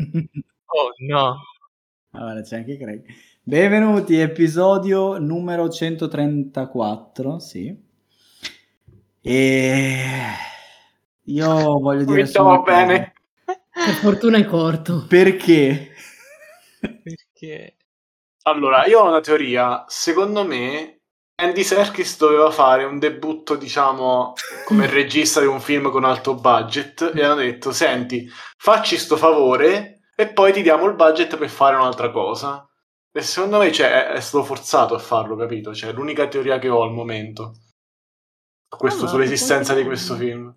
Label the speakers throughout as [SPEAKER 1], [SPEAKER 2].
[SPEAKER 1] Oh no.
[SPEAKER 2] Allora, Ah, c'è anche Craig. Benvenuti, episodio numero 134, sì. E io voglio dire
[SPEAKER 1] Mi
[SPEAKER 2] solo
[SPEAKER 1] trovo
[SPEAKER 2] una cosa.
[SPEAKER 1] bene.
[SPEAKER 3] Per fortuna è corto.
[SPEAKER 2] Perché?
[SPEAKER 1] Perché? Allora, io ho una teoria. Secondo me, Andy Serkis doveva fare un debutto, diciamo, come regista di un film con alto budget e hanno detto, senti, facci sto favore e poi ti diamo il budget per fare un'altra cosa. E secondo me, cioè, è, è stato forzato a farlo, capito? Cioè, è l'unica teoria che ho al momento. Questo,
[SPEAKER 3] Ah, ma
[SPEAKER 1] sull'esistenza di
[SPEAKER 3] che
[SPEAKER 1] questo
[SPEAKER 3] bello.
[SPEAKER 1] film.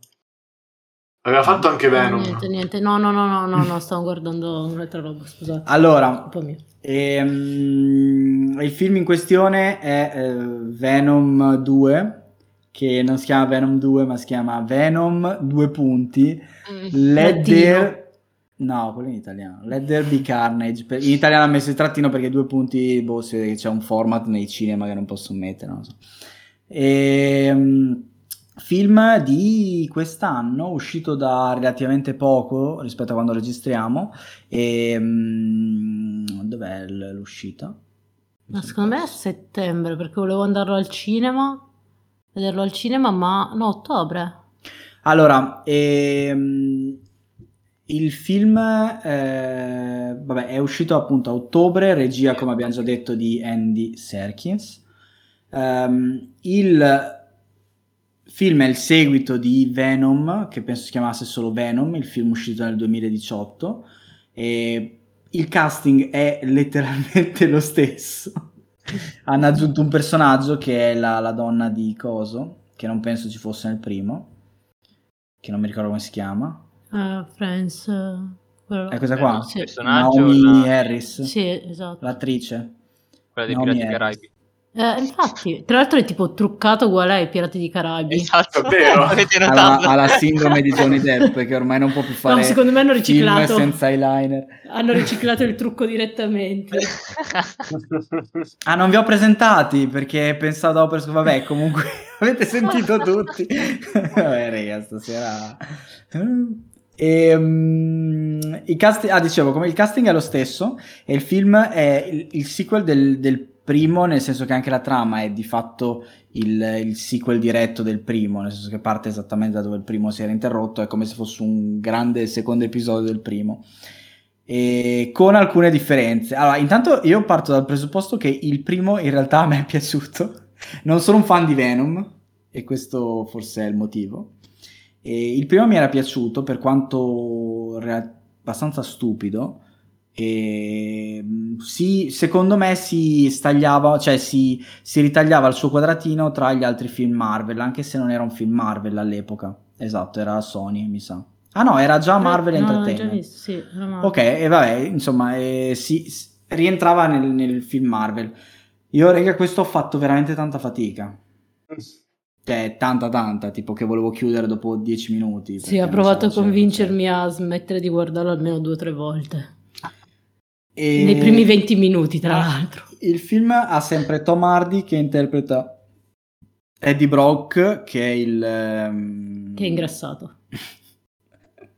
[SPEAKER 1] Aveva fatto anche
[SPEAKER 3] No,
[SPEAKER 1] Venom.
[SPEAKER 3] niente, niente. No, no, no, no, no, no, stavo guardando un'altra roba, scusate.
[SPEAKER 2] Allora,
[SPEAKER 3] Colpa mia.
[SPEAKER 2] Ehm, il film in questione è eh, Venom 2, che non si chiama Venom 2, ma si chiama Venom 2 punti. Let
[SPEAKER 3] Latino.
[SPEAKER 2] there... No, quello in italiano. Let there be carnage. Per- In italiano ha messo il trattino perché due punti, boh, si vede che c'è un format nei cinema che non posso mettere, non lo so. Ehm, film di quest'anno, uscito da relativamente poco rispetto a quando registriamo. E, dov'è l- l'uscita?
[SPEAKER 3] Ma secondo me è settembre, perché volevo andarlo al cinema, vederlo al cinema, ma no, ottobre.
[SPEAKER 2] Allora, ehm, il film eh, vabbè, è uscito appunto a ottobre, regia come abbiamo già detto di Andy Serkins. Ehm, il film è il seguito di Venom, che penso si chiamasse solo Venom, il film uscito nel 2018. E il casting è letteralmente lo stesso. Hanno aggiunto un personaggio che è la, la donna di Coso, che non penso ci fosse nel primo, che non mi ricordo come si chiama.
[SPEAKER 3] Eh, Friends. eh, quello-
[SPEAKER 2] È questa qua?
[SPEAKER 3] Sì.
[SPEAKER 4] personaggio
[SPEAKER 2] Naomi
[SPEAKER 4] la-
[SPEAKER 2] Harris,
[SPEAKER 3] Sì, esatto.
[SPEAKER 2] l'attrice.
[SPEAKER 4] quella dei
[SPEAKER 2] Naomi
[SPEAKER 4] Pirati
[SPEAKER 2] Harris.
[SPEAKER 4] Caraibi.
[SPEAKER 3] Eh, infatti, tra l'altro è tipo truccato uguale ai Pirati di Caraibi.
[SPEAKER 4] Esatto,
[SPEAKER 1] È vero.
[SPEAKER 4] Avete
[SPEAKER 2] Alla,
[SPEAKER 4] notato?
[SPEAKER 2] alla sindrome di Johnny Depp, che ormai non può più fare
[SPEAKER 3] No, secondo me hanno
[SPEAKER 2] film
[SPEAKER 3] riciclato.
[SPEAKER 2] senza eyeliner.
[SPEAKER 3] Hanno riciclato il trucco direttamente.
[SPEAKER 2] Ah, non vi ho presentati perché pensavo dopo per vabbè, comunque avete sentito tutti. vabbè, raga, stasera. Ehm, i cast- ah, dicevo, come il casting è lo stesso e il film è il, il sequel del, del primo, nel senso che anche la trama è di fatto il, il sequel diretto del primo, nel senso che parte esattamente da dove il primo si era interrotto, è come se fosse un grande secondo episodio del primo. E con alcune differenze. Allora, intanto io parto dal presupposto che il primo in realtà a me è piaciuto. Non sono un fan di Venom e questo forse è il motivo. E il primo mi era piaciuto per quanto rea- abbastanza stupido. E mh, sì, secondo me si stagliava, cioè si, si ritagliava il suo quadratino tra gli altri film Marvel, anche se non era un film Marvel all'epoca. Esatto, era Sony, mi sa. Ah no, era già Marvel
[SPEAKER 3] Eh, No, no, l'ho già
[SPEAKER 2] Entertainment.
[SPEAKER 3] visto, sì, era Marvel.
[SPEAKER 2] Ok, e vabbè, insomma, eh, si, si- rientrava nel, nel film Marvel. Io, raga, questo ho fatto veramente tanta fatica. Cioè, tanta, tanta, tipo che volevo chiudere dopo 10 minuti.
[SPEAKER 3] Sì, ha provato a convincermi a smettere di guardarlo almeno due o tre volte. Nei primi 20 minuti,
[SPEAKER 2] Ah.
[SPEAKER 3] tra l'altro.
[SPEAKER 2] Il film ha sempre Tom Hardy che interpreta Eddie Brock, che è il... ehm,
[SPEAKER 3] Che è ingrassato.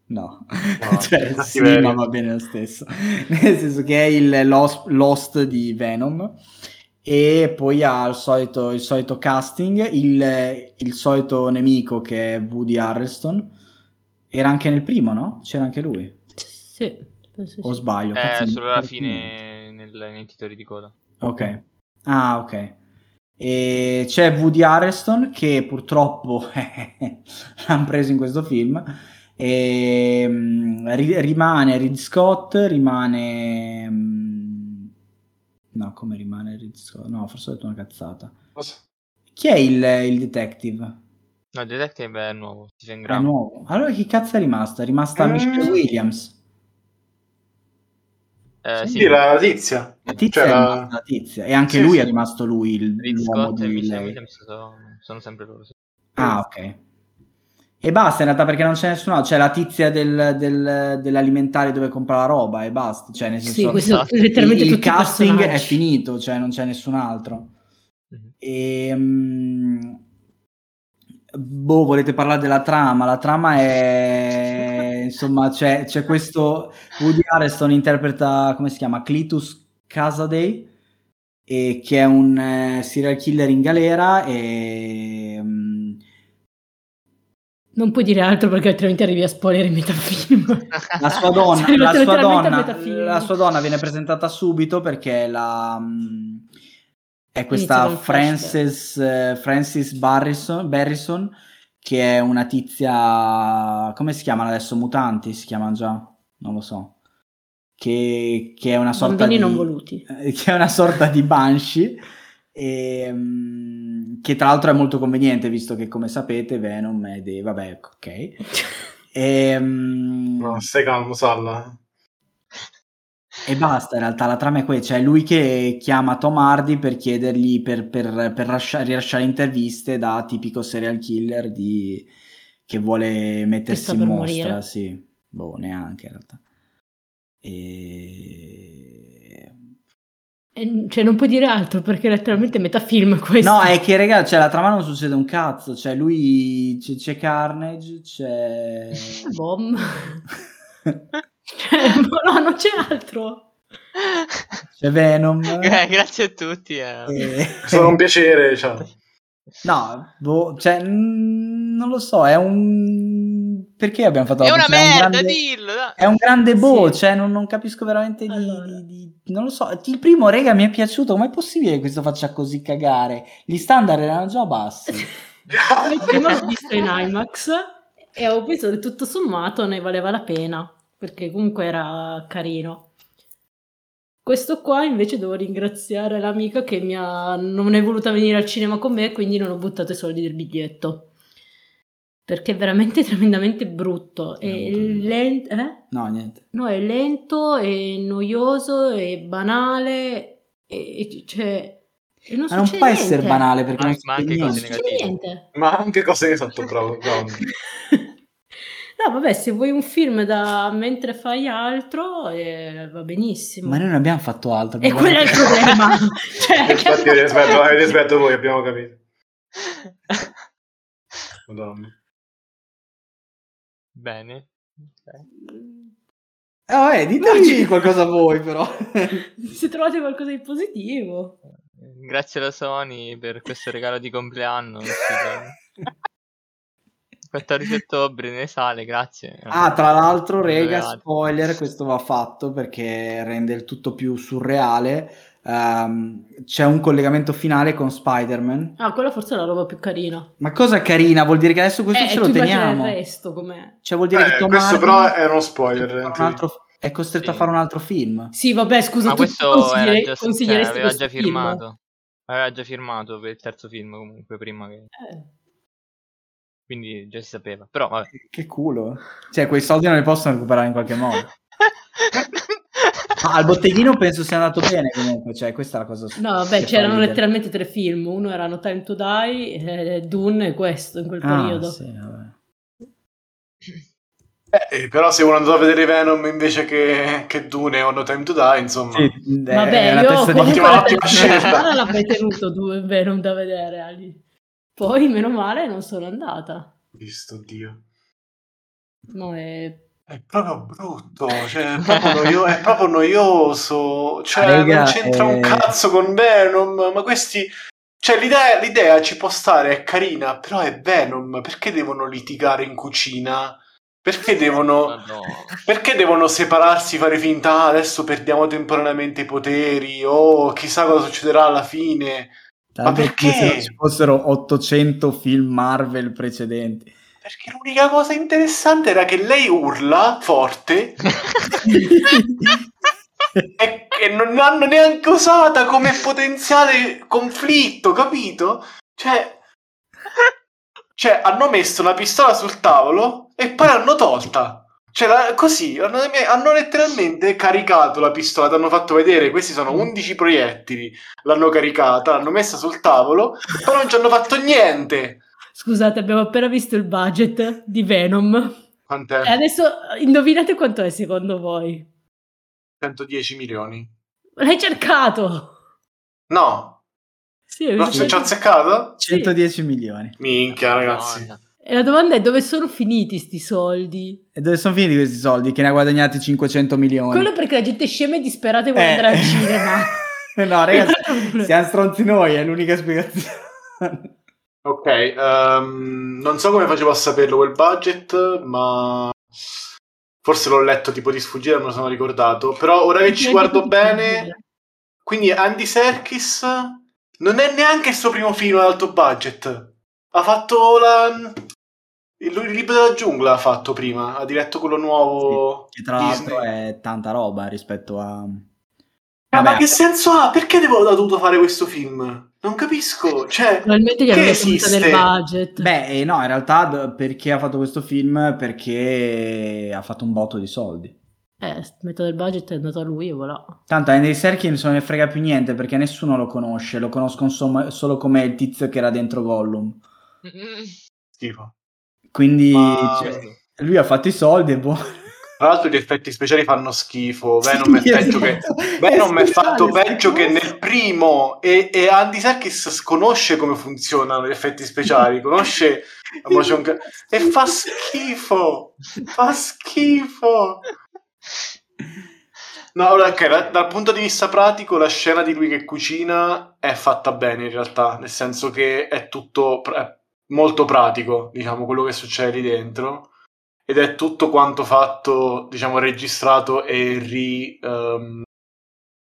[SPEAKER 2] No,
[SPEAKER 1] No,
[SPEAKER 2] cioè, sì,
[SPEAKER 1] cattiveria.
[SPEAKER 2] ma va bene lo stesso. Nel senso che è il Lost, Lost di Venom. E poi ha il solito, il solito casting, il, il solito nemico che è Woody Harrelson. Era anche nel primo, no? C'era anche lui.
[SPEAKER 3] Sì, penso
[SPEAKER 2] O
[SPEAKER 3] sì.
[SPEAKER 2] sbaglio? Cazzo,
[SPEAKER 4] Eh,
[SPEAKER 2] mi
[SPEAKER 4] solo alla
[SPEAKER 2] ricordo più.
[SPEAKER 4] fine nel, nei titoli di coda.
[SPEAKER 2] Ok. Ah, ok. E c'è Woody Harrelson che purtroppo l'hanno preso in questo film. E, mm, ri- rimane Rid Scott, rimane... mm, No, come rimane Rid Scott? No, forse ho detto una cazzata. Chi è il, il detective?
[SPEAKER 4] No, il detective è nuovo, Stephen
[SPEAKER 2] È
[SPEAKER 4] Graham.
[SPEAKER 2] nuovo. Allora chi cazzo è rimasta? È rimasta
[SPEAKER 1] Mm.
[SPEAKER 2] Michelle Williams.
[SPEAKER 4] Eh, sì,
[SPEAKER 1] Sì, la tizia.
[SPEAKER 2] La tizia
[SPEAKER 1] Cioè,
[SPEAKER 2] è
[SPEAKER 1] la-
[SPEAKER 2] rimasta la tizia. E anche
[SPEAKER 1] Sì,
[SPEAKER 2] lui
[SPEAKER 1] sì.
[SPEAKER 2] è rimasto lui, il,
[SPEAKER 4] Reed
[SPEAKER 2] l'uomo
[SPEAKER 4] Scott e
[SPEAKER 2] di
[SPEAKER 4] Michelle
[SPEAKER 2] lei.
[SPEAKER 4] Williams sono, sono sempre loro. sì.
[SPEAKER 3] Mm.
[SPEAKER 2] Ah, ok. E basta, in realtà, perché non c'è nessuno. C'è la tizia del- del- dell'alimentare dove compra la roba e basta. Cioè, nel senso,
[SPEAKER 3] Sì, questo
[SPEAKER 4] esatto.
[SPEAKER 3] è letteralmente
[SPEAKER 2] il, il
[SPEAKER 3] tutti i
[SPEAKER 2] casting è
[SPEAKER 3] personaggi.
[SPEAKER 2] finito, cioè non c'è nessun altro. Ehm,
[SPEAKER 4] Mhm.
[SPEAKER 2] E, boh, volete parlare della trama? La trama è insomma, c'è, c'è questo Woody Harrelson interpreta, come si chiama, Clitus Casaday, e che è un eh, serial killer in galera e... mm,
[SPEAKER 3] Non puoi dire altro perché altrimenti arrivi a spoiler in metà film.
[SPEAKER 2] La sua donna,
[SPEAKER 3] Sei
[SPEAKER 2] la
[SPEAKER 3] arrivato
[SPEAKER 2] sua
[SPEAKER 3] letteralmente a
[SPEAKER 2] donna,
[SPEAKER 3] metà film.
[SPEAKER 2] la sua donna viene presentata subito perché la, mm, è questa
[SPEAKER 3] dal flashback.
[SPEAKER 2] Frances, eh, Frances Barrison, Barrison, che è una tizia, come si chiamano adesso? Mutanti si chiamano già? Non lo so. Che, che è una sorta
[SPEAKER 3] Bambini
[SPEAKER 2] di...
[SPEAKER 3] non voluti.
[SPEAKER 2] eh, che è una sorta di Banshee, e, mm, che tra l'altro è molto conveniente visto che come sapete Venom è dei... vabbè, ecco, ok. E, mm,
[SPEAKER 1] No, stai calmo, Salla.
[SPEAKER 2] e basta, in realtà la trama è questa, cioè lui che chiama Tom Hardy per chiedergli, per, per, per lascia- rilasciare interviste da tipico serial killer di- che vuole mettersi
[SPEAKER 3] sta
[SPEAKER 2] in
[SPEAKER 3] per
[SPEAKER 2] mostra,
[SPEAKER 3] morire.
[SPEAKER 2] sì, boh, neanche in realtà. E...
[SPEAKER 3] E- cioè, non puoi dire altro perché letteralmente è metà film questo.
[SPEAKER 2] No, è che raga, cioè la trama non succede un cazzo, cioè lui, c'è, c'è Carnage, c'è...
[SPEAKER 3] Bom. Cioè, no, non c'è altro.
[SPEAKER 2] c'è Venom.
[SPEAKER 4] Gra- grazie a tutti. eh.
[SPEAKER 2] e-
[SPEAKER 1] È stato un piacere, ciao.
[SPEAKER 2] No, boh, cioè, mm, non lo so, è un... Perché abbiamo fatto
[SPEAKER 4] È
[SPEAKER 2] la
[SPEAKER 4] una
[SPEAKER 2] puntata?
[SPEAKER 4] merda,
[SPEAKER 2] un grande-
[SPEAKER 4] dillo. dai.
[SPEAKER 2] È un grande boh,
[SPEAKER 3] Sì.
[SPEAKER 2] cioè, non, non capisco veramente di,
[SPEAKER 3] Allora.
[SPEAKER 2] di- di- Non lo so, il primo, rega, mi è piaciuto, com'è possibile che questo faccia così cagare? Gli standard erano già bassi.
[SPEAKER 3] Il primo l'ho visto in IMAX e ho pensato che tutto sommato ne valeva la pena perché comunque era carino. Questo qua invece devo ringraziare l'amica che mi ha... non è voluta venire al cinema con me quindi non ho buttato i soldi del biglietto. Perché è veramente tremendamente brutto. È
[SPEAKER 2] Veramente brutto.
[SPEAKER 3] lento, eh?
[SPEAKER 2] No, niente.
[SPEAKER 3] No, è lento, è noioso, è banale, e cioè... e non
[SPEAKER 2] Ma non
[SPEAKER 3] succede
[SPEAKER 2] può essere
[SPEAKER 3] niente.
[SPEAKER 2] banale perché
[SPEAKER 4] Ma-
[SPEAKER 2] non
[SPEAKER 4] ma
[SPEAKER 2] succede
[SPEAKER 4] anche
[SPEAKER 3] Non
[SPEAKER 4] cose
[SPEAKER 2] niente.
[SPEAKER 3] succede
[SPEAKER 4] negative.
[SPEAKER 3] niente.
[SPEAKER 1] Ma anche cose che hai fatto, bravo, bravo.
[SPEAKER 3] No, vabbè, se vuoi un film da mentre fai altro, eh, va benissimo.
[SPEAKER 2] Ma noi non abbiamo fatto altro.
[SPEAKER 3] E
[SPEAKER 2] abbiamo-
[SPEAKER 3] quello è il problema. cioè, che
[SPEAKER 1] Infatti,
[SPEAKER 3] altro-
[SPEAKER 1] rispetto, eh, rispetto a voi, abbiamo capito.
[SPEAKER 2] Eh.
[SPEAKER 1] Madonna.
[SPEAKER 4] Bene. Ok.
[SPEAKER 2] Eh, vabbè, diteci qualcosa voi, però.
[SPEAKER 3] Se trovate qualcosa di positivo.
[SPEAKER 4] Grazie alla Sony per questo regalo di compleanno. non si sa. 14 ottobre ne sale, grazie.
[SPEAKER 2] Ah, tra l'altro, rega,
[SPEAKER 4] Dovevate.
[SPEAKER 2] spoiler, questo va fatto perché rende il tutto più surreale. Ehm, c'è un collegamento finale con Spider-Man.
[SPEAKER 3] Ah, quella forse è la roba più carina.
[SPEAKER 2] Ma cosa carina, vuol dire che adesso questo
[SPEAKER 3] Eh,
[SPEAKER 2] ce
[SPEAKER 3] tu
[SPEAKER 2] lo
[SPEAKER 3] immagina
[SPEAKER 2] teniamo.
[SPEAKER 3] il resto com'è.
[SPEAKER 2] Cioè, vuol dire
[SPEAKER 1] Eh,
[SPEAKER 2] che Tom
[SPEAKER 1] questo
[SPEAKER 2] Hardy
[SPEAKER 1] però era uno spoiler. eh,
[SPEAKER 2] deve fare un
[SPEAKER 1] anche lì.
[SPEAKER 2] altro- è costretto a
[SPEAKER 4] Sì.
[SPEAKER 2] fare un altro film.
[SPEAKER 3] Sì, vabbè, scusa,
[SPEAKER 4] Ma
[SPEAKER 3] tu
[SPEAKER 4] questo era
[SPEAKER 3] consigliere-
[SPEAKER 4] già, cioè,
[SPEAKER 3] consiglieresti
[SPEAKER 4] aveva
[SPEAKER 3] questo
[SPEAKER 4] già
[SPEAKER 3] film?
[SPEAKER 4] firmato. Aveva già firmato per il terzo film comunque prima che...
[SPEAKER 3] Eh.
[SPEAKER 4] Quindi già si sapeva. Però vabbè.
[SPEAKER 2] Che culo. Cioè, quei soldi non li possono recuperare in qualche modo. Ma Ah, al botteghino penso sia andato bene comunque. Cioè, questa è la cosa.
[SPEAKER 3] No, vabbè,
[SPEAKER 2] che fa
[SPEAKER 3] c'erano
[SPEAKER 2] ridere.
[SPEAKER 3] letteralmente tre film. Uno erano Time to Die, eh, Dune e questo in quel
[SPEAKER 2] Ah,
[SPEAKER 3] periodo.
[SPEAKER 2] sì, vabbè.
[SPEAKER 1] Eh, però se uno andava a vedere Venom invece che, che Dune o No Time to Die, insomma.
[SPEAKER 2] Sì, è- Eh, è
[SPEAKER 3] Vabbè,
[SPEAKER 2] una
[SPEAKER 3] io
[SPEAKER 2] testa di-
[SPEAKER 3] comunque
[SPEAKER 1] Ottima-
[SPEAKER 3] la
[SPEAKER 1] ottima
[SPEAKER 3] terza
[SPEAKER 1] scelta.
[SPEAKER 3] settimana l'avrei tenuto due Venom da vedere Ali. Poi, meno male, non sono andata.
[SPEAKER 1] Visto, Dio.
[SPEAKER 3] No, è...
[SPEAKER 1] È proprio brutto, cioè, è, proprio noio- è proprio noioso, cioè,
[SPEAKER 2] Raga,
[SPEAKER 1] non c'entra
[SPEAKER 2] eh.
[SPEAKER 1] un cazzo con Venom, ma questi... Cioè, l'idea, l'idea ci può stare, è carina, però è Venom, perché devono litigare in cucina? Perché devono,
[SPEAKER 4] Madonna.
[SPEAKER 1] perché devono separarsi, fare finta, "Ah, adesso perdiamo temporaneamente i poteri, o chissà cosa succederà alla fine?
[SPEAKER 2] Tanto
[SPEAKER 1] Ma
[SPEAKER 2] è come se
[SPEAKER 1] perché?
[SPEAKER 2] non ci fossero 800 film Marvel precedenti.
[SPEAKER 1] Perché l'unica cosa interessante era che lei urla forte e, e non l'hanno neanche usata come potenziale conflitto, capito? Cioè, cioè, hanno messo la pistola sul tavolo e poi l'hanno tolta. Cioè, la- così, hanno, hanno letteralmente caricato la pistola, ti hanno fatto vedere, questi sono 11 proiettili, l'hanno caricata, l'hanno messa sul tavolo, però non ci hanno fatto niente.
[SPEAKER 3] Scusate, abbiamo appena visto il budget di Venom. E
[SPEAKER 1] Quant'è?
[SPEAKER 3] adesso indovinate quanto è secondo voi?
[SPEAKER 1] 110 milioni.
[SPEAKER 3] L'hai cercato?
[SPEAKER 1] No,
[SPEAKER 3] Sì, ho
[SPEAKER 1] non
[SPEAKER 3] visto-
[SPEAKER 1] ci ci ho azzeccato?
[SPEAKER 3] Sì.
[SPEAKER 2] 110 milioni.
[SPEAKER 1] Minchia, ragazzi.
[SPEAKER 4] Madonna.
[SPEAKER 3] E la domanda è dove sono finiti sti soldi?
[SPEAKER 2] E dove sono finiti questi soldi? Che ne ha guadagnati 500 milioni?
[SPEAKER 3] Quello perché la gente scema e disperata vuole
[SPEAKER 2] Eh.
[SPEAKER 3] andare al cinema.
[SPEAKER 2] no, ragazzi, siamo stronzi noi, è l'unica spiegazione.
[SPEAKER 1] Ok, ehm, non so come facevo a saperlo quel budget, ma forse l'ho letto tipo di sfuggita, non me lo sono ricordato. Però ora che ci guardo bene, quindi Andy Serkis non è neanche il suo primo film ad alto budget. Ha fatto la... il lui- il libro della giungla ha fatto prima, ha diretto quello nuovo.
[SPEAKER 2] Che tra l'altro è tanta roba rispetto a...
[SPEAKER 1] Ah, ma
[SPEAKER 2] Vabbè,
[SPEAKER 1] che senso ha? Perché devo ho dovuto fare questo film? Non capisco. Cioè,
[SPEAKER 3] Probabilmente gli
[SPEAKER 1] Che
[SPEAKER 3] aveva punta
[SPEAKER 1] esiste?
[SPEAKER 3] del budget.
[SPEAKER 2] Beh, eh, no, in realtà d- perché ha fatto questo film? Perché ha fatto un botto di soldi.
[SPEAKER 3] Eh, metà del budget è andato a lui e voilà.
[SPEAKER 2] Tanto a Andy Serkis non ne frega più niente perché nessuno lo conosce, lo conoscono som- solo come il tizio che era dentro Gollum.
[SPEAKER 1] schifo.
[SPEAKER 2] Quindi
[SPEAKER 1] Ma-
[SPEAKER 2] cioè, lui ha fatto i soldi e boh.
[SPEAKER 1] Tra l'altro gli effetti speciali fanno schifo. Venom è
[SPEAKER 2] Sì,
[SPEAKER 1] peggio che
[SPEAKER 2] esatto.
[SPEAKER 1] Venom è fatto
[SPEAKER 2] speciale,
[SPEAKER 1] peggio
[SPEAKER 2] sta
[SPEAKER 1] che
[SPEAKER 2] cosa.
[SPEAKER 1] nel primo e, e Andy Serkis conosce come funzionano gli effetti speciali, conosce la motion ca- e fa schifo, fa schifo. No, allora, ok, da- dal punto di vista pratico la scena di lui che cucina è fatta bene in realtà, nel senso che è tutto pr- è molto pratico, diciamo, quello che succede lì dentro ed è tutto quanto fatto, diciamo, registrato e ri- ehm,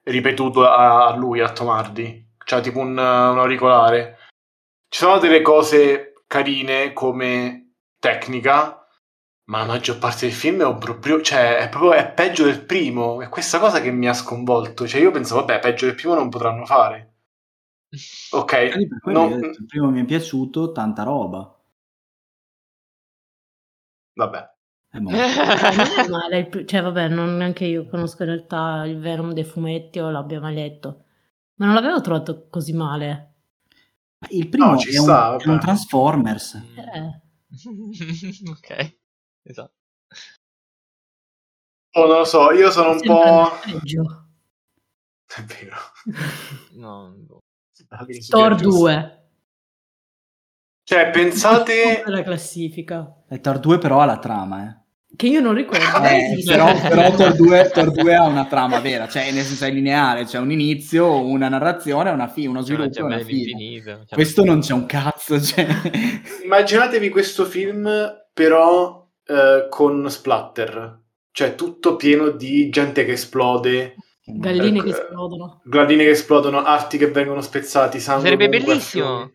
[SPEAKER 1] ripetuto a, a lui, a Tomardi. C'ha tipo un, eh, un auricolare. Ci sono delle cose carine come tecnica, ma la maggior parte del film è un proprio, cioè, è proprio è peggio del primo. È questa cosa che mi ha sconvolto. Cioè, io penso, vabbè, peggio del primo non potranno fare. Ok,
[SPEAKER 2] Quindi per quello
[SPEAKER 1] no,
[SPEAKER 2] io ho detto, il primo mi è piaciuto, tanta roba.
[SPEAKER 1] vabbè.
[SPEAKER 2] Eh, boh.
[SPEAKER 3] Eh, non è male, il pr- cioè vabbè, non neanche io conosco in realtà il Venom dei fumetti o l'abbia mai letto. Ma non l'avevo trovato così male.
[SPEAKER 2] Il primo
[SPEAKER 1] No, ci
[SPEAKER 2] è, un,
[SPEAKER 1] sta,
[SPEAKER 2] è un
[SPEAKER 1] vabbè.
[SPEAKER 2] Transformers.
[SPEAKER 4] Mm.
[SPEAKER 3] Eh,
[SPEAKER 4] ok, esatto.
[SPEAKER 1] Oh, non lo so, io sono un
[SPEAKER 3] sempre
[SPEAKER 1] po'...
[SPEAKER 3] peggio.
[SPEAKER 1] È vero.
[SPEAKER 4] No, boh.
[SPEAKER 3] Thor 2.
[SPEAKER 1] Cioè, pensate...
[SPEAKER 3] La classifica.
[SPEAKER 2] E Thor 2 però ha la trama, eh.
[SPEAKER 3] Che io non ricordo.
[SPEAKER 2] Eh,
[SPEAKER 3] Esiste.
[SPEAKER 2] però però Thor, 2, Thor 2 ha una trama vera, cioè nel senso è lineare, c'è un inizio, una narrazione, una fine, uno
[SPEAKER 4] Cioè, C'è una
[SPEAKER 2] sviluppo e una
[SPEAKER 4] gemella
[SPEAKER 2] fine.
[SPEAKER 4] infinita. cioè-
[SPEAKER 2] Questo non c'è un cazzo, cioè...
[SPEAKER 1] Immaginatevi questo film, però eh, con splatter, cioè tutto pieno di gente che esplode,
[SPEAKER 3] Galline che
[SPEAKER 1] Ecco.
[SPEAKER 3] esplodono.
[SPEAKER 1] gradine che esplodono, arti che vengono spezzati, sangue.
[SPEAKER 4] Sarebbe
[SPEAKER 1] ovunque,
[SPEAKER 4] bellissimo.
[SPEAKER 1] fiumi.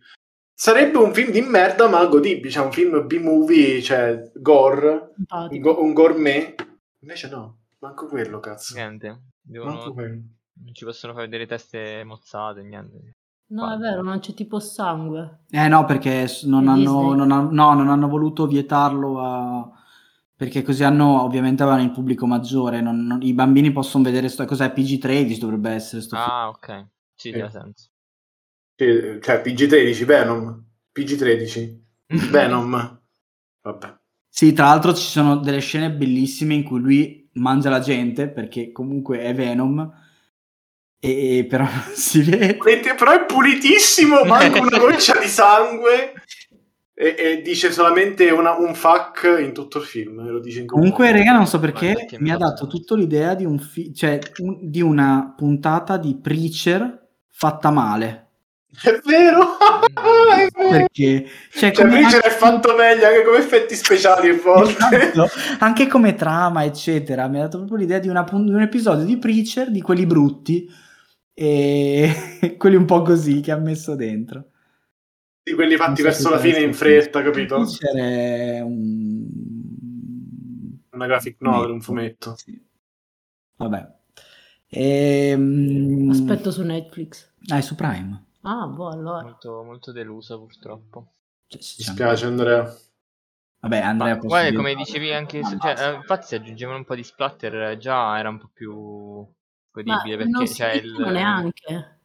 [SPEAKER 1] Sarebbe un film di merda, ma godibile, cioè un film B-movie, cioè gore, un,
[SPEAKER 3] Simpatico.
[SPEAKER 1] go- un gourmet. Invece no, manco quello, cazzo.
[SPEAKER 4] Niente, devono-
[SPEAKER 1] Manco quello.
[SPEAKER 4] non ci possono far vedere teste mozzate, niente.
[SPEAKER 3] No, è vero, non c'è tipo sangue.
[SPEAKER 2] Eh no, perché s- non
[SPEAKER 3] Disney.
[SPEAKER 2] hanno, non han- no, non hanno voluto vietarlo a... Perché così hanno, ovviamente avevano il pubblico maggiore, non- non- i bambini possono vedere sto, cos'è PG-13 dovrebbe essere sto film.
[SPEAKER 4] Ah, ok. Sì,
[SPEAKER 1] Sì.
[SPEAKER 4] ha senso.
[SPEAKER 1] Sì, Cioè, PG-13, Venom. PG-13, Venom. Vabbè.
[SPEAKER 2] Sì, tra l'altro ci sono delle scene bellissime in cui lui mangia la gente, perché comunque è Venom, e, e però non si vede.
[SPEAKER 1] Mentre- però è pulitissimo, manca una goccia di sangue. E, e dice solamente una- un fuck in tutto il film. Lo dice in
[SPEAKER 2] Comunque,
[SPEAKER 1] completo.
[SPEAKER 2] raga, non so perché,
[SPEAKER 4] Ma perché
[SPEAKER 2] mi
[SPEAKER 4] me
[SPEAKER 2] ha
[SPEAKER 4] la
[SPEAKER 2] dato
[SPEAKER 4] prendo?
[SPEAKER 2] tutto l'idea di, un fi- cioè, un- di una puntata di Preacher fatta male.
[SPEAKER 1] È vero, è vero.
[SPEAKER 2] Perché, cioè,
[SPEAKER 1] Cioè,
[SPEAKER 2] come-
[SPEAKER 1] Preacher è fatto meglio anche come effetti speciali a volte.
[SPEAKER 2] Esatto, anche come trama, eccetera, mi ha dato proprio l'idea di, una pun- di un episodio di Preacher di quelli brutti e quelli un po' così che ha messo dentro.
[SPEAKER 1] Di quelli fatti
[SPEAKER 2] Non so
[SPEAKER 1] verso
[SPEAKER 2] se
[SPEAKER 1] la fine in
[SPEAKER 2] conosco il film.
[SPEAKER 1] fretta, capito?
[SPEAKER 2] Preacher è un...
[SPEAKER 1] Una graphic novel, un fumetto.
[SPEAKER 2] Sì. Vabbè. Ehm...
[SPEAKER 3] Aspetto su Netflix.
[SPEAKER 2] Ah, è su Prime.
[SPEAKER 3] Ah, boh, allora.
[SPEAKER 4] Molto, molto delusa purtroppo.
[SPEAKER 2] Cioè, sì,
[SPEAKER 1] Mi
[SPEAKER 2] c'è
[SPEAKER 1] spiace, Andrea.
[SPEAKER 2] Vabbè,
[SPEAKER 4] Ma
[SPEAKER 2] Andrea, posso
[SPEAKER 4] guarda,
[SPEAKER 2] dire-
[SPEAKER 4] come dicevi anche, su-
[SPEAKER 2] Ah,
[SPEAKER 4] cioè,
[SPEAKER 2] basta.
[SPEAKER 4] eh, infatti se aggiungevano un po' di splatter eh, già era un po' più
[SPEAKER 3] Ma
[SPEAKER 4] godibile
[SPEAKER 3] non
[SPEAKER 4] perché
[SPEAKER 3] si
[SPEAKER 4] c'è il
[SPEAKER 3] picchiano neanche.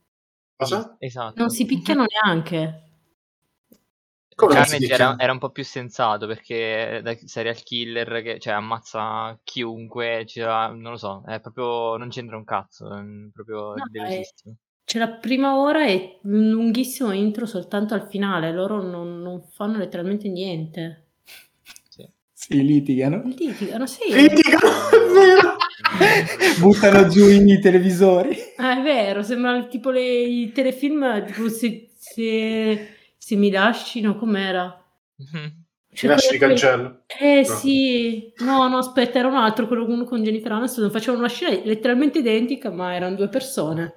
[SPEAKER 1] Cosa?
[SPEAKER 4] Esatto.
[SPEAKER 3] Non si picchiano neanche.
[SPEAKER 1] Come non si
[SPEAKER 4] Carnage
[SPEAKER 1] picchiano?
[SPEAKER 4] era, era un po' più sensato perché da serial killer che cioè, ammazza chiunque, c'era- non lo so, è proprio non c'entra un cazzo, è proprio
[SPEAKER 3] No,
[SPEAKER 4] delusissimo.
[SPEAKER 3] C'è la prima ora e un lunghissimo intro soltanto al finale, loro non, non fanno letteralmente niente.
[SPEAKER 2] Si litigano.
[SPEAKER 3] Litigano, sì.
[SPEAKER 1] Critica, è vero.
[SPEAKER 2] Buttano giù i televisori.
[SPEAKER 3] Ah, è vero, sembra tipo le- i telefilm, tipo se, se- se mi lasciano, com'era?
[SPEAKER 1] Ci lasci di
[SPEAKER 3] quello-
[SPEAKER 1] cancello.
[SPEAKER 3] Eh
[SPEAKER 1] No.
[SPEAKER 3] sì, no, no, aspetta, era un altro, quello con- con Jennifer Aniston, facevano una scena letteralmente identica, ma erano due persone.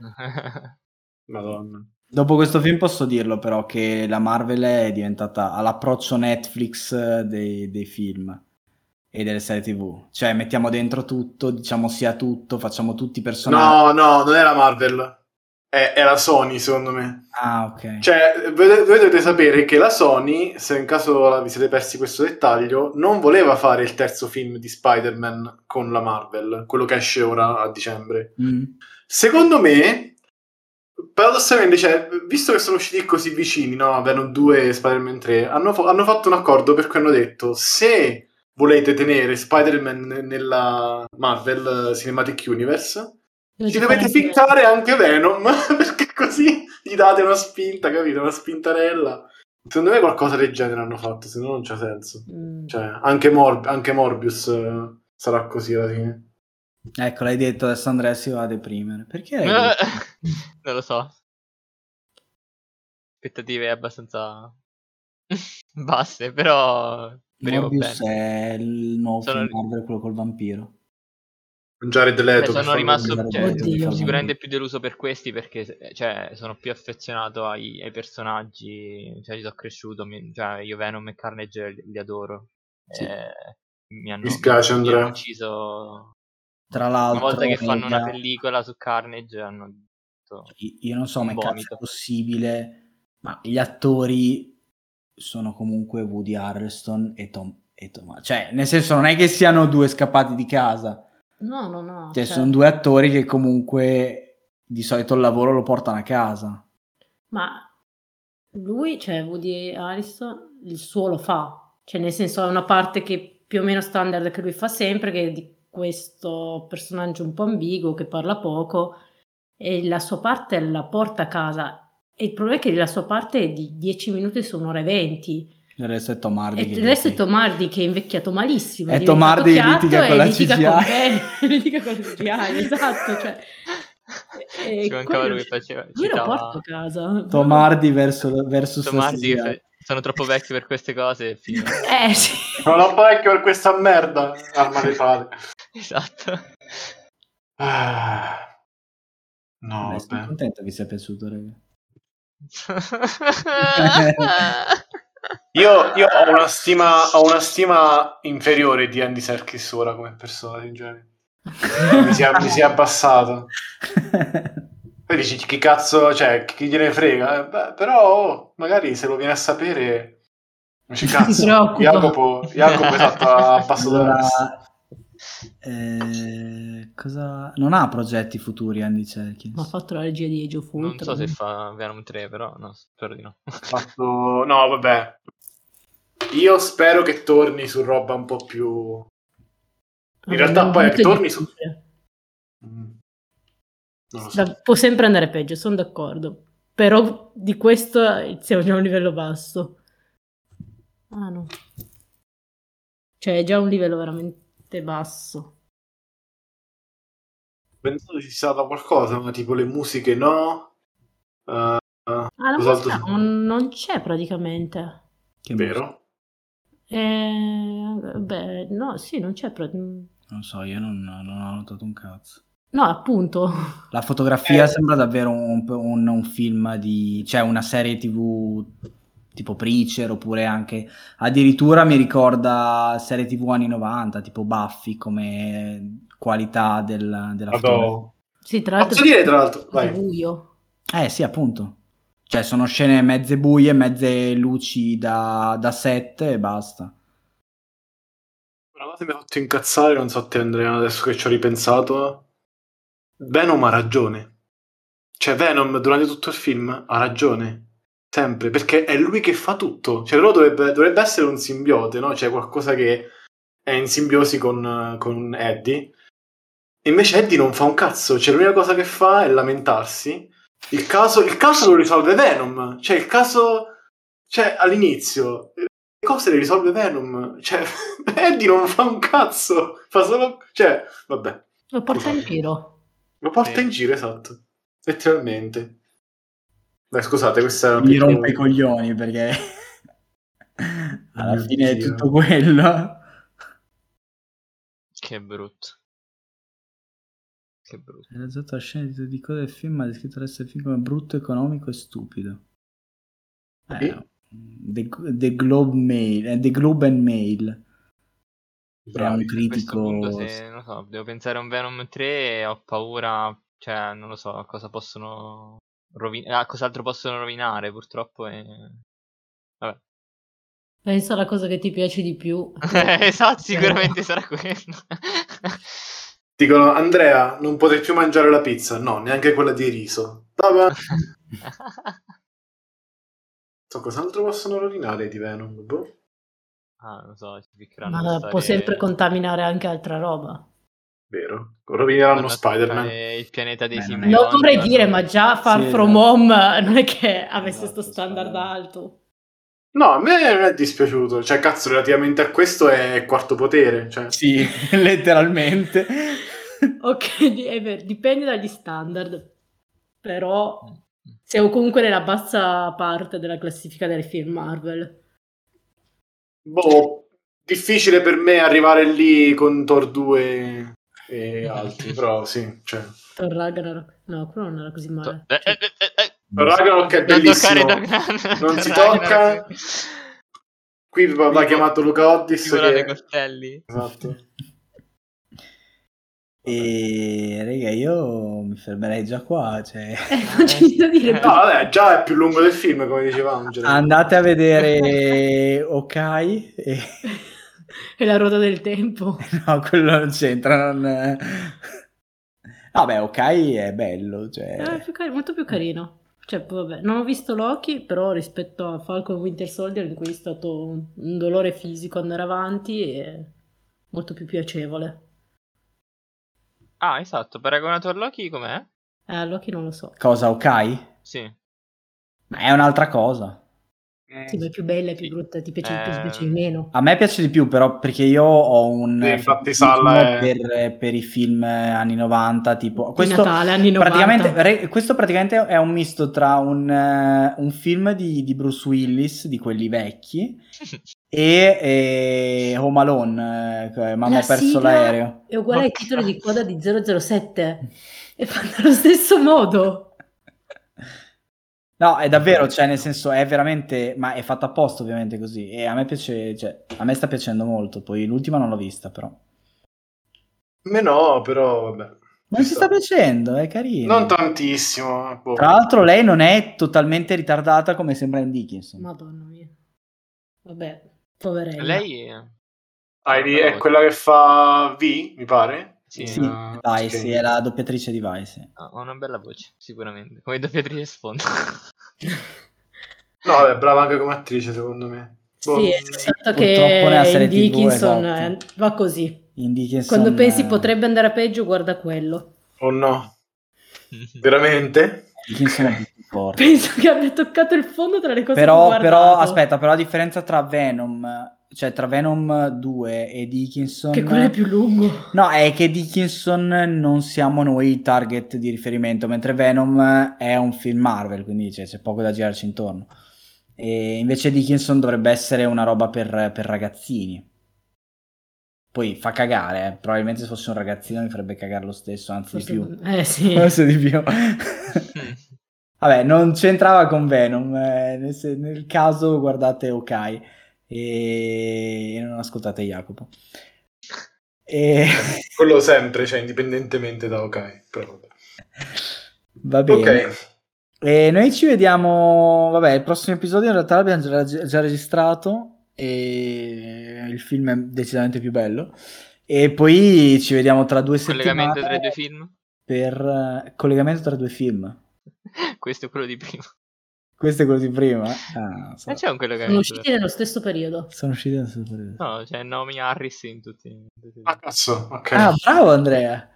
[SPEAKER 1] Madonna.
[SPEAKER 2] Dopo questo film posso dirlo però che la Marvel è diventata all'approccio Netflix eh, dei, dei film e delle serie tv. Cioè mettiamo dentro tutto, diciamo sia tutto, facciamo tutti i personaggi.
[SPEAKER 1] No, no, non era Marvel. È- era Sony, secondo me.
[SPEAKER 2] Ah ok.
[SPEAKER 1] Cioè, voi voi dovete sapere che la Sony, se in caso vi siete persi questo dettaglio, non voleva fare il terzo film di Spider-Man con la Marvel, quello che esce ora a dicembre.
[SPEAKER 2] Mm.
[SPEAKER 1] Secondo me, paradossalmente, cioè, visto che sono usciti così vicini, no? Venom 2 e Spider-Man 3, hanno, fa- hanno fatto un accordo per cui hanno detto se volete tenere Spider-Man ne- nella Marvel Cinematic Universe, ci dovete
[SPEAKER 3] Cioè,
[SPEAKER 1] fittare anche Venom, perché così gli date una spinta, capito? Una spintarella. Secondo me qualcosa del genere hanno fatto, se no non c'è senso.
[SPEAKER 3] Mm.
[SPEAKER 1] Cioè, anche, Mor- anche Morbius eh, sarà così alla fine.
[SPEAKER 2] Ecco, l'hai detto, adesso Andrea si va a deprimere. Perché?
[SPEAKER 4] Eh,
[SPEAKER 2] l'hai detto?
[SPEAKER 4] non lo so. Aspettative abbastanza basse, però speriamo
[SPEAKER 2] Morbius
[SPEAKER 4] bene.
[SPEAKER 2] è il nuovo
[SPEAKER 4] Sono-
[SPEAKER 2] film Marvel, quello col vampiro.
[SPEAKER 1] Jared
[SPEAKER 4] Cioè,
[SPEAKER 1] Leto. per
[SPEAKER 4] sono
[SPEAKER 1] favore.
[SPEAKER 4] rimasto cioè,
[SPEAKER 3] Oddio.
[SPEAKER 4] sono sicuramente più deluso per questi perché cioè, sono più affezionato ai, ai personaggi, cioè ci sono cresciuto, mi- cioè, io Venom e Carnage li, li adoro.
[SPEAKER 2] Sì.
[SPEAKER 4] Eh, mi hanno,
[SPEAKER 1] Mi dispiace,
[SPEAKER 4] mi hanno
[SPEAKER 1] Andrea.
[SPEAKER 4] ucciso
[SPEAKER 2] Tra l'altro,
[SPEAKER 4] una volta che fanno una
[SPEAKER 2] raga,
[SPEAKER 4] pellicola su Carnage hanno detto
[SPEAKER 2] io non so, ma
[SPEAKER 4] un
[SPEAKER 2] cazzo
[SPEAKER 4] vomito.
[SPEAKER 2] è possibile. Ma gli attori sono comunque Woody Harrelson e Tom. E Tom cioè, nel senso, non è che siano due scappati di casa.
[SPEAKER 3] No, no, no.
[SPEAKER 2] Cioè,
[SPEAKER 3] cioè,
[SPEAKER 2] sono due attori che comunque di solito il lavoro lo portano a casa.
[SPEAKER 3] Ma lui, cioè Woody Harrison, il suo lo fa. Cioè, nel senso, è una parte che più o meno standard che lui fa sempre, che è di questo personaggio un po' ambiguo che parla poco e la sua parte la porta a casa. E il problema è che la sua parte è di 10 minuti su un'ora e 20.
[SPEAKER 2] Il resto è Tom Hardy.
[SPEAKER 3] E
[SPEAKER 2] che-
[SPEAKER 3] adesso è Tomardi che è invecchiato malissimo.
[SPEAKER 2] È
[SPEAKER 3] diventato
[SPEAKER 2] Tomardi che
[SPEAKER 3] piatto
[SPEAKER 2] litiga
[SPEAKER 3] e
[SPEAKER 2] con la
[SPEAKER 3] litiga
[SPEAKER 2] CGI.
[SPEAKER 3] con Ben- litiga con la CGI, esatto. Cioè, e- e
[SPEAKER 4] ci mancava
[SPEAKER 3] quello-
[SPEAKER 4] lui che faceva
[SPEAKER 3] lui lo
[SPEAKER 4] citava-
[SPEAKER 3] porta a casa.
[SPEAKER 2] Tom Hardy verso, verso
[SPEAKER 4] Tom Hardy,
[SPEAKER 2] sua
[SPEAKER 4] fe- sono troppo vecchio per queste cose fine.
[SPEAKER 3] Eh sì.
[SPEAKER 1] Non ho parecchio per questa merda. Arma dei padri.
[SPEAKER 4] esatto
[SPEAKER 1] Ah. No,
[SPEAKER 2] Vabbè, sono
[SPEAKER 1] vabbè.
[SPEAKER 2] contento che vi sia piaciuto, raga.
[SPEAKER 1] Io, io ho, una stima, ho una stima inferiore di Andy Serkis ora come persona, sinceramente. Mi si è, mi si è abbassata. Poi dici, chi cazzo, cioè, chi gliene frega? Eh, beh, però, oh, magari se lo viene a sapere... Dici,
[SPEAKER 3] Si
[SPEAKER 1] cazzo,
[SPEAKER 3] preoccupa.
[SPEAKER 1] Jacopo, Jacopo esatto, ha abbassato la
[SPEAKER 2] Allora,
[SPEAKER 1] testa.
[SPEAKER 2] eh, cosa... Non ha progetti futuri Andy Serkis.
[SPEAKER 3] Ma ha fatto la regia di Age of
[SPEAKER 4] non so
[SPEAKER 3] Ultron.
[SPEAKER 4] se fa Venom 3 però no spero di no
[SPEAKER 1] Ha fatto- No, vabbè. Io spero che torni su roba un po' più... in realtà
[SPEAKER 3] Ma
[SPEAKER 1] poi
[SPEAKER 3] molto
[SPEAKER 1] torni
[SPEAKER 3] difficile.
[SPEAKER 1] Mm. Non lo so.
[SPEAKER 3] Da- può sempre andare peggio, sono d'accordo. Però di questo siamo già a un livello basso. Ah no. Cioè è già un livello veramente basso.
[SPEAKER 1] Pensavo ci sia stato qualcosa, ma tipo le musiche no. Eh,
[SPEAKER 3] Ah, la
[SPEAKER 1] Cos'altro
[SPEAKER 3] musica
[SPEAKER 1] si-
[SPEAKER 3] non, non c'è praticamente.
[SPEAKER 2] Che
[SPEAKER 1] vero?
[SPEAKER 3] Eh, beh, no, sì, non c'è. pra- No,
[SPEAKER 2] Non so, io non, non ho notato un cazzo.
[SPEAKER 3] appunto.
[SPEAKER 2] La fotografia
[SPEAKER 1] Eh.
[SPEAKER 2] sembra davvero un, un- un film di... cioè una serie tv tipo Preacher oppure anche... addirittura mi ricorda serie tv anni 90 tipo Buffy come qualità del- della fotografia.
[SPEAKER 1] Vado.
[SPEAKER 3] Sì, tra l'altro
[SPEAKER 1] oh. Ah, Posso dire tra l'altro?
[SPEAKER 3] è
[SPEAKER 1] Vai.
[SPEAKER 3] buio.
[SPEAKER 2] Eh sì, appunto. Cioè, sono scene mezze buie, mezze luci da, da set e basta.
[SPEAKER 1] Una cosa mi ha fatto incazzare, non so te Andrea, adesso che ci ho ripensato. Venom ha ragione. Cioè Venom durante tutto il film ha ragione. Sempre, perché è lui che fa tutto. Cioè loro dovrebbe, dovrebbe essere un simbiote, no? Cioè qualcosa che è in simbiosi con, con Eddie. Invece Eddie non fa un cazzo. Cioè l'unica cosa che fa è lamentarsi Il caso, il caso lo risolve Venom. Cioè, il caso. Cioè, all'inizio. Le cose le risolve Venom. Cioè, Eddie non fa un cazzo. Fa solo. Cioè, vabbè.
[SPEAKER 3] Lo porta in giro.
[SPEAKER 1] Lo porta in giro, esatto. Letteralmente. Beh, scusate, questa era una
[SPEAKER 2] Mi
[SPEAKER 1] piccola-
[SPEAKER 2] rompe i coglioni perché alla
[SPEAKER 1] Mio
[SPEAKER 2] fine è
[SPEAKER 1] Dio.
[SPEAKER 2] tutto quello.
[SPEAKER 4] Che brutto. Che brutto.
[SPEAKER 2] Realizzato la scena di di coda del film, ma ha descritto il resto del film come brutto, economico e stupido. Eh,
[SPEAKER 1] Sì.
[SPEAKER 2] The, The Globe Mail, eh, The Globe and Mail, era un
[SPEAKER 1] Bravi.
[SPEAKER 4] A questo punto,
[SPEAKER 2] critico.
[SPEAKER 4] se non lo so, devo pensare a un Venom 3 e ho paura, cioè, non lo so, a cosa possono rovinare, a cos'altro possono rovinare, purtroppo è... Vabbè.
[SPEAKER 3] Pensa alla cosa che ti piace di più.
[SPEAKER 4] esatto, sicuramente sarà quello.
[SPEAKER 1] Dicono, Andrea, non potrai più mangiare la pizza. No, neanche quella di riso. Vabbè. So, cos'altro possono rovinare di Venom? Boh.
[SPEAKER 4] ah, non so, ci piccheranno
[SPEAKER 3] Ma
[SPEAKER 4] le
[SPEAKER 3] può
[SPEAKER 4] storie-
[SPEAKER 3] sempre contaminare anche altra roba.
[SPEAKER 1] Vero.
[SPEAKER 4] vanno
[SPEAKER 1] Rovineranno
[SPEAKER 4] a
[SPEAKER 1] Spider-Man.
[SPEAKER 4] toccare Il pianeta dei
[SPEAKER 2] Beh, non è-
[SPEAKER 4] simbionti.
[SPEAKER 2] Beyond,
[SPEAKER 3] Non dovrei dire, ma già Far
[SPEAKER 2] Sì,
[SPEAKER 3] From
[SPEAKER 2] esatto.
[SPEAKER 3] Home non è che avesse
[SPEAKER 2] Esatto,
[SPEAKER 3] sto standard
[SPEAKER 2] spara.
[SPEAKER 3] alto.
[SPEAKER 1] No, a me non è dispiaciuto. Cioè, cazzo, relativamente a questo è quarto potere. Cioè,
[SPEAKER 2] Sì, letteralmente.
[SPEAKER 3] Ok, di- è vero, dipende dagli standard. Però siamo comunque nella bassa parte della classifica dei film Marvel.
[SPEAKER 1] boh, difficile per me arrivare lì con Thor 2 e altri, però sì. Cioè.
[SPEAKER 3] Thor Ragnarok. No, quello non era così male. Cioè,
[SPEAKER 4] Eh, eh, eh, eh,
[SPEAKER 1] Ragnarok è
[SPEAKER 4] non toccare
[SPEAKER 1] bellissimo.
[SPEAKER 4] Doc-
[SPEAKER 1] Non si
[SPEAKER 4] Ragnarok.
[SPEAKER 1] Qui va va chiamato Luca Oddis.
[SPEAKER 4] Sicuramente
[SPEAKER 1] Che...
[SPEAKER 4] Costelli.
[SPEAKER 1] Esatto.
[SPEAKER 2] E raga, io mi fermerei già qua. Cioè...
[SPEAKER 3] Eh, non c'è niente da dire.
[SPEAKER 1] No, vabbè, già è più lungo del film, come diceva Angelo.
[SPEAKER 2] Andate a vedere Okai. E...
[SPEAKER 3] È la ruota del tempo.
[SPEAKER 2] No, quello non c'entra. Non... Vabbè, Okai è bello. Cioè...
[SPEAKER 3] Eh, è più cari- molto più carino. Cioè, poi vabbè, non ho visto Loki, però rispetto a Falcon Winter Soldier, in cui è stato un un dolore fisico andare avanti, è molto più piacevole.
[SPEAKER 4] Ah, esatto, paragonato a Loki com'è?
[SPEAKER 3] Eh, Loki non lo so.
[SPEAKER 2] Cosa, Okai?
[SPEAKER 4] Sì.
[SPEAKER 3] Eh,
[SPEAKER 2] Ma è un'altra cosa.
[SPEAKER 3] Sì, ah, ma è più bella, è più brutta, ti piace di più, ti piace di
[SPEAKER 4] Eh.
[SPEAKER 3] meno.
[SPEAKER 2] A me piace di più, però, perché io ho un
[SPEAKER 1] Sì, infatti
[SPEAKER 2] feticismo
[SPEAKER 1] Salla è-
[SPEAKER 2] per, per i film anni 90, tipo...
[SPEAKER 3] Di
[SPEAKER 2] Questo
[SPEAKER 3] Natale, anni 90.
[SPEAKER 2] praticamente, re- questo praticamente è un misto tra un, eh, un film di, di Bruce Willis, di quelli vecchi, e, e Home Alone, eh, Mamma ho
[SPEAKER 3] La
[SPEAKER 2] perso
[SPEAKER 3] sigla
[SPEAKER 2] l'aereo.
[SPEAKER 3] È uguale ai titoli di coda di 007. E fanno allo stesso modo.
[SPEAKER 2] No, è davvero, cioè, nel senso, è veramente... Ma è fatto apposta, ovviamente, così. E a me piace... Cioè, a me sta piacendo molto. Poi l'ultima non l'ho vista, però.
[SPEAKER 1] Me no, però vabbè.
[SPEAKER 2] Non
[SPEAKER 1] Ci
[SPEAKER 2] ci
[SPEAKER 1] sta.
[SPEAKER 2] sta piacendo, è carino.
[SPEAKER 1] Non tantissimo. eh, boh.
[SPEAKER 2] Tra l'altro lei non è totalmente ritardata come sembra in Dickinson.
[SPEAKER 3] Madonna mia. Vabbè, poverella.
[SPEAKER 4] Lei eh,
[SPEAKER 1] Ah, lì è quella che fa V, mi pare.
[SPEAKER 4] Sì.
[SPEAKER 2] Sì,
[SPEAKER 1] Ah,
[SPEAKER 2] Vai,
[SPEAKER 1] ok.
[SPEAKER 2] sì, è la doppiatrice di Vice.
[SPEAKER 4] ha una bella voce, sicuramente. Come doppiatrice sfondo.
[SPEAKER 1] No, vabbè, brava anche come attrice, secondo me. Boh.
[SPEAKER 3] Sì, è certo
[SPEAKER 2] Purtroppo nella
[SPEAKER 3] che
[SPEAKER 2] serie
[SPEAKER 3] in
[SPEAKER 2] TV,
[SPEAKER 3] Dickinson
[SPEAKER 2] esatto.
[SPEAKER 3] eh, va così.
[SPEAKER 2] In Dickinson,
[SPEAKER 3] Quando pensi
[SPEAKER 2] eh,
[SPEAKER 3] potrebbe andare peggio, guarda quello.
[SPEAKER 1] O no? Veramente?
[SPEAKER 2] Dickinson è più forte.
[SPEAKER 3] Penso che abbia toccato il fondo tra le cose che ho
[SPEAKER 2] Però,
[SPEAKER 3] guardato.
[SPEAKER 2] però, aspetta, però la differenza tra Venom, cioè tra Venom 2 e Dickinson...
[SPEAKER 3] Che quello è più lungo.
[SPEAKER 2] No, è che Dickinson non siamo noi il target di riferimento, mentre Venom è un film Marvel, quindi cioè, c'è poco da girarci intorno. E invece Dickinson dovrebbe essere una roba per, per ragazzini. Poi fa cagare, eh. probabilmente se fosse un ragazzino mi farebbe cagare lo stesso, anzi
[SPEAKER 3] Forse-
[SPEAKER 2] di più.
[SPEAKER 3] Eh sì.
[SPEAKER 2] Forse di più. Vabbè, non c'entrava con Venom, eh, nel, se- nel caso guardate Okai e e non ascoltate Jacopo. E...
[SPEAKER 1] Quello sempre, cioè, indipendentemente da ok. Però. vabbè.
[SPEAKER 2] Va bene.
[SPEAKER 1] Ok,
[SPEAKER 2] E noi ci vediamo. Vabbè, il prossimo episodio in realtà l'abbiamo già, già registrato. E il film è decisamente più bello. E poi ci vediamo tra due settimane
[SPEAKER 4] Collegamento tra i due film?
[SPEAKER 2] per eh, collegamento tra due film.
[SPEAKER 4] Questo è quello di prima.
[SPEAKER 2] Questo è quello di prima. Ah, so-
[SPEAKER 4] Non c'è un
[SPEAKER 3] Sono
[SPEAKER 4] collegamento.
[SPEAKER 3] usciti nello stesso periodo.
[SPEAKER 2] Sono usciti da super.
[SPEAKER 4] No, c'è Naomi Harris in tutti. in tutti e
[SPEAKER 1] ah,
[SPEAKER 4] due.
[SPEAKER 1] cazzo, ok.
[SPEAKER 2] Ah, bravo Andrea.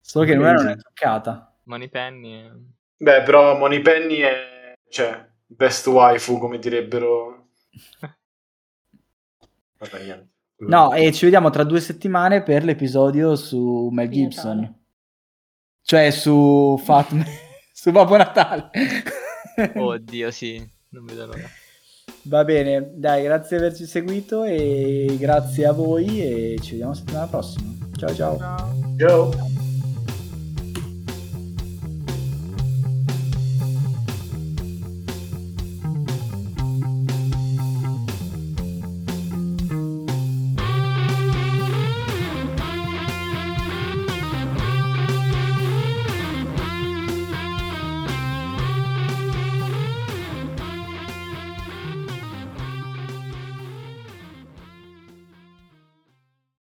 [SPEAKER 2] Solo che non era toccata.
[SPEAKER 4] Moneypenny.
[SPEAKER 1] Beh, però Moneypenny è... Cioè, best waifu, come direbbero... Vabbè, niente.
[SPEAKER 2] No, e ci vediamo tra due settimane per l'episodio su Mel
[SPEAKER 3] Di
[SPEAKER 2] Gibson.
[SPEAKER 3] Natale.
[SPEAKER 2] Cioè su Fatman, su Babbo Natale.
[SPEAKER 4] Oddio, sì, non vedo l'ora.
[SPEAKER 2] Va bene, dai, grazie di averci seguito e grazie a voi e ci vediamo settimana prossima. Ciao ciao.
[SPEAKER 1] Ciao!